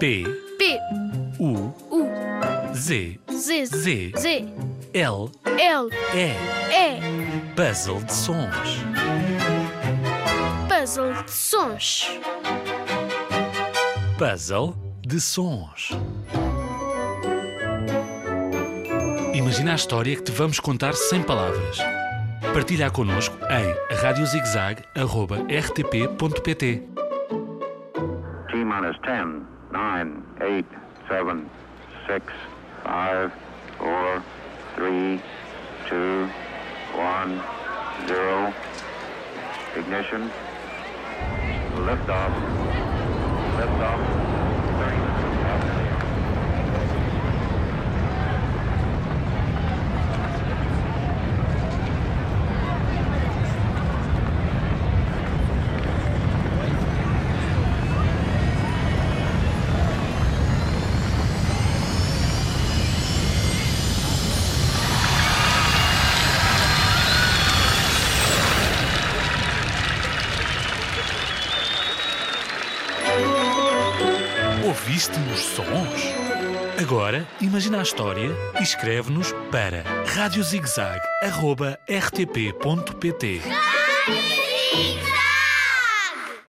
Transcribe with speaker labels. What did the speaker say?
Speaker 1: T
Speaker 2: P,
Speaker 1: U
Speaker 2: U,
Speaker 1: Z
Speaker 2: Z,
Speaker 1: Z.
Speaker 2: Z,
Speaker 1: L
Speaker 2: L,
Speaker 1: E
Speaker 2: E,
Speaker 1: Puzzle de sons.
Speaker 2: puzzle de sons.
Speaker 1: Puzzle de sons. Imagina a história que te vamos contar sem palavras. Partilha connosco em radiozigzag.rtp.pt
Speaker 3: T minus 10, 9, 8, 7, 6, 5, 4, 3, 2, 1, 0. Ignition. Liftoff. Liftoff. 30 after the air.
Speaker 1: Ouviste nos sons? Agora, imagina a história e escreve-nos para radiozigzag.rtp.pt
Speaker 4: Zigzag!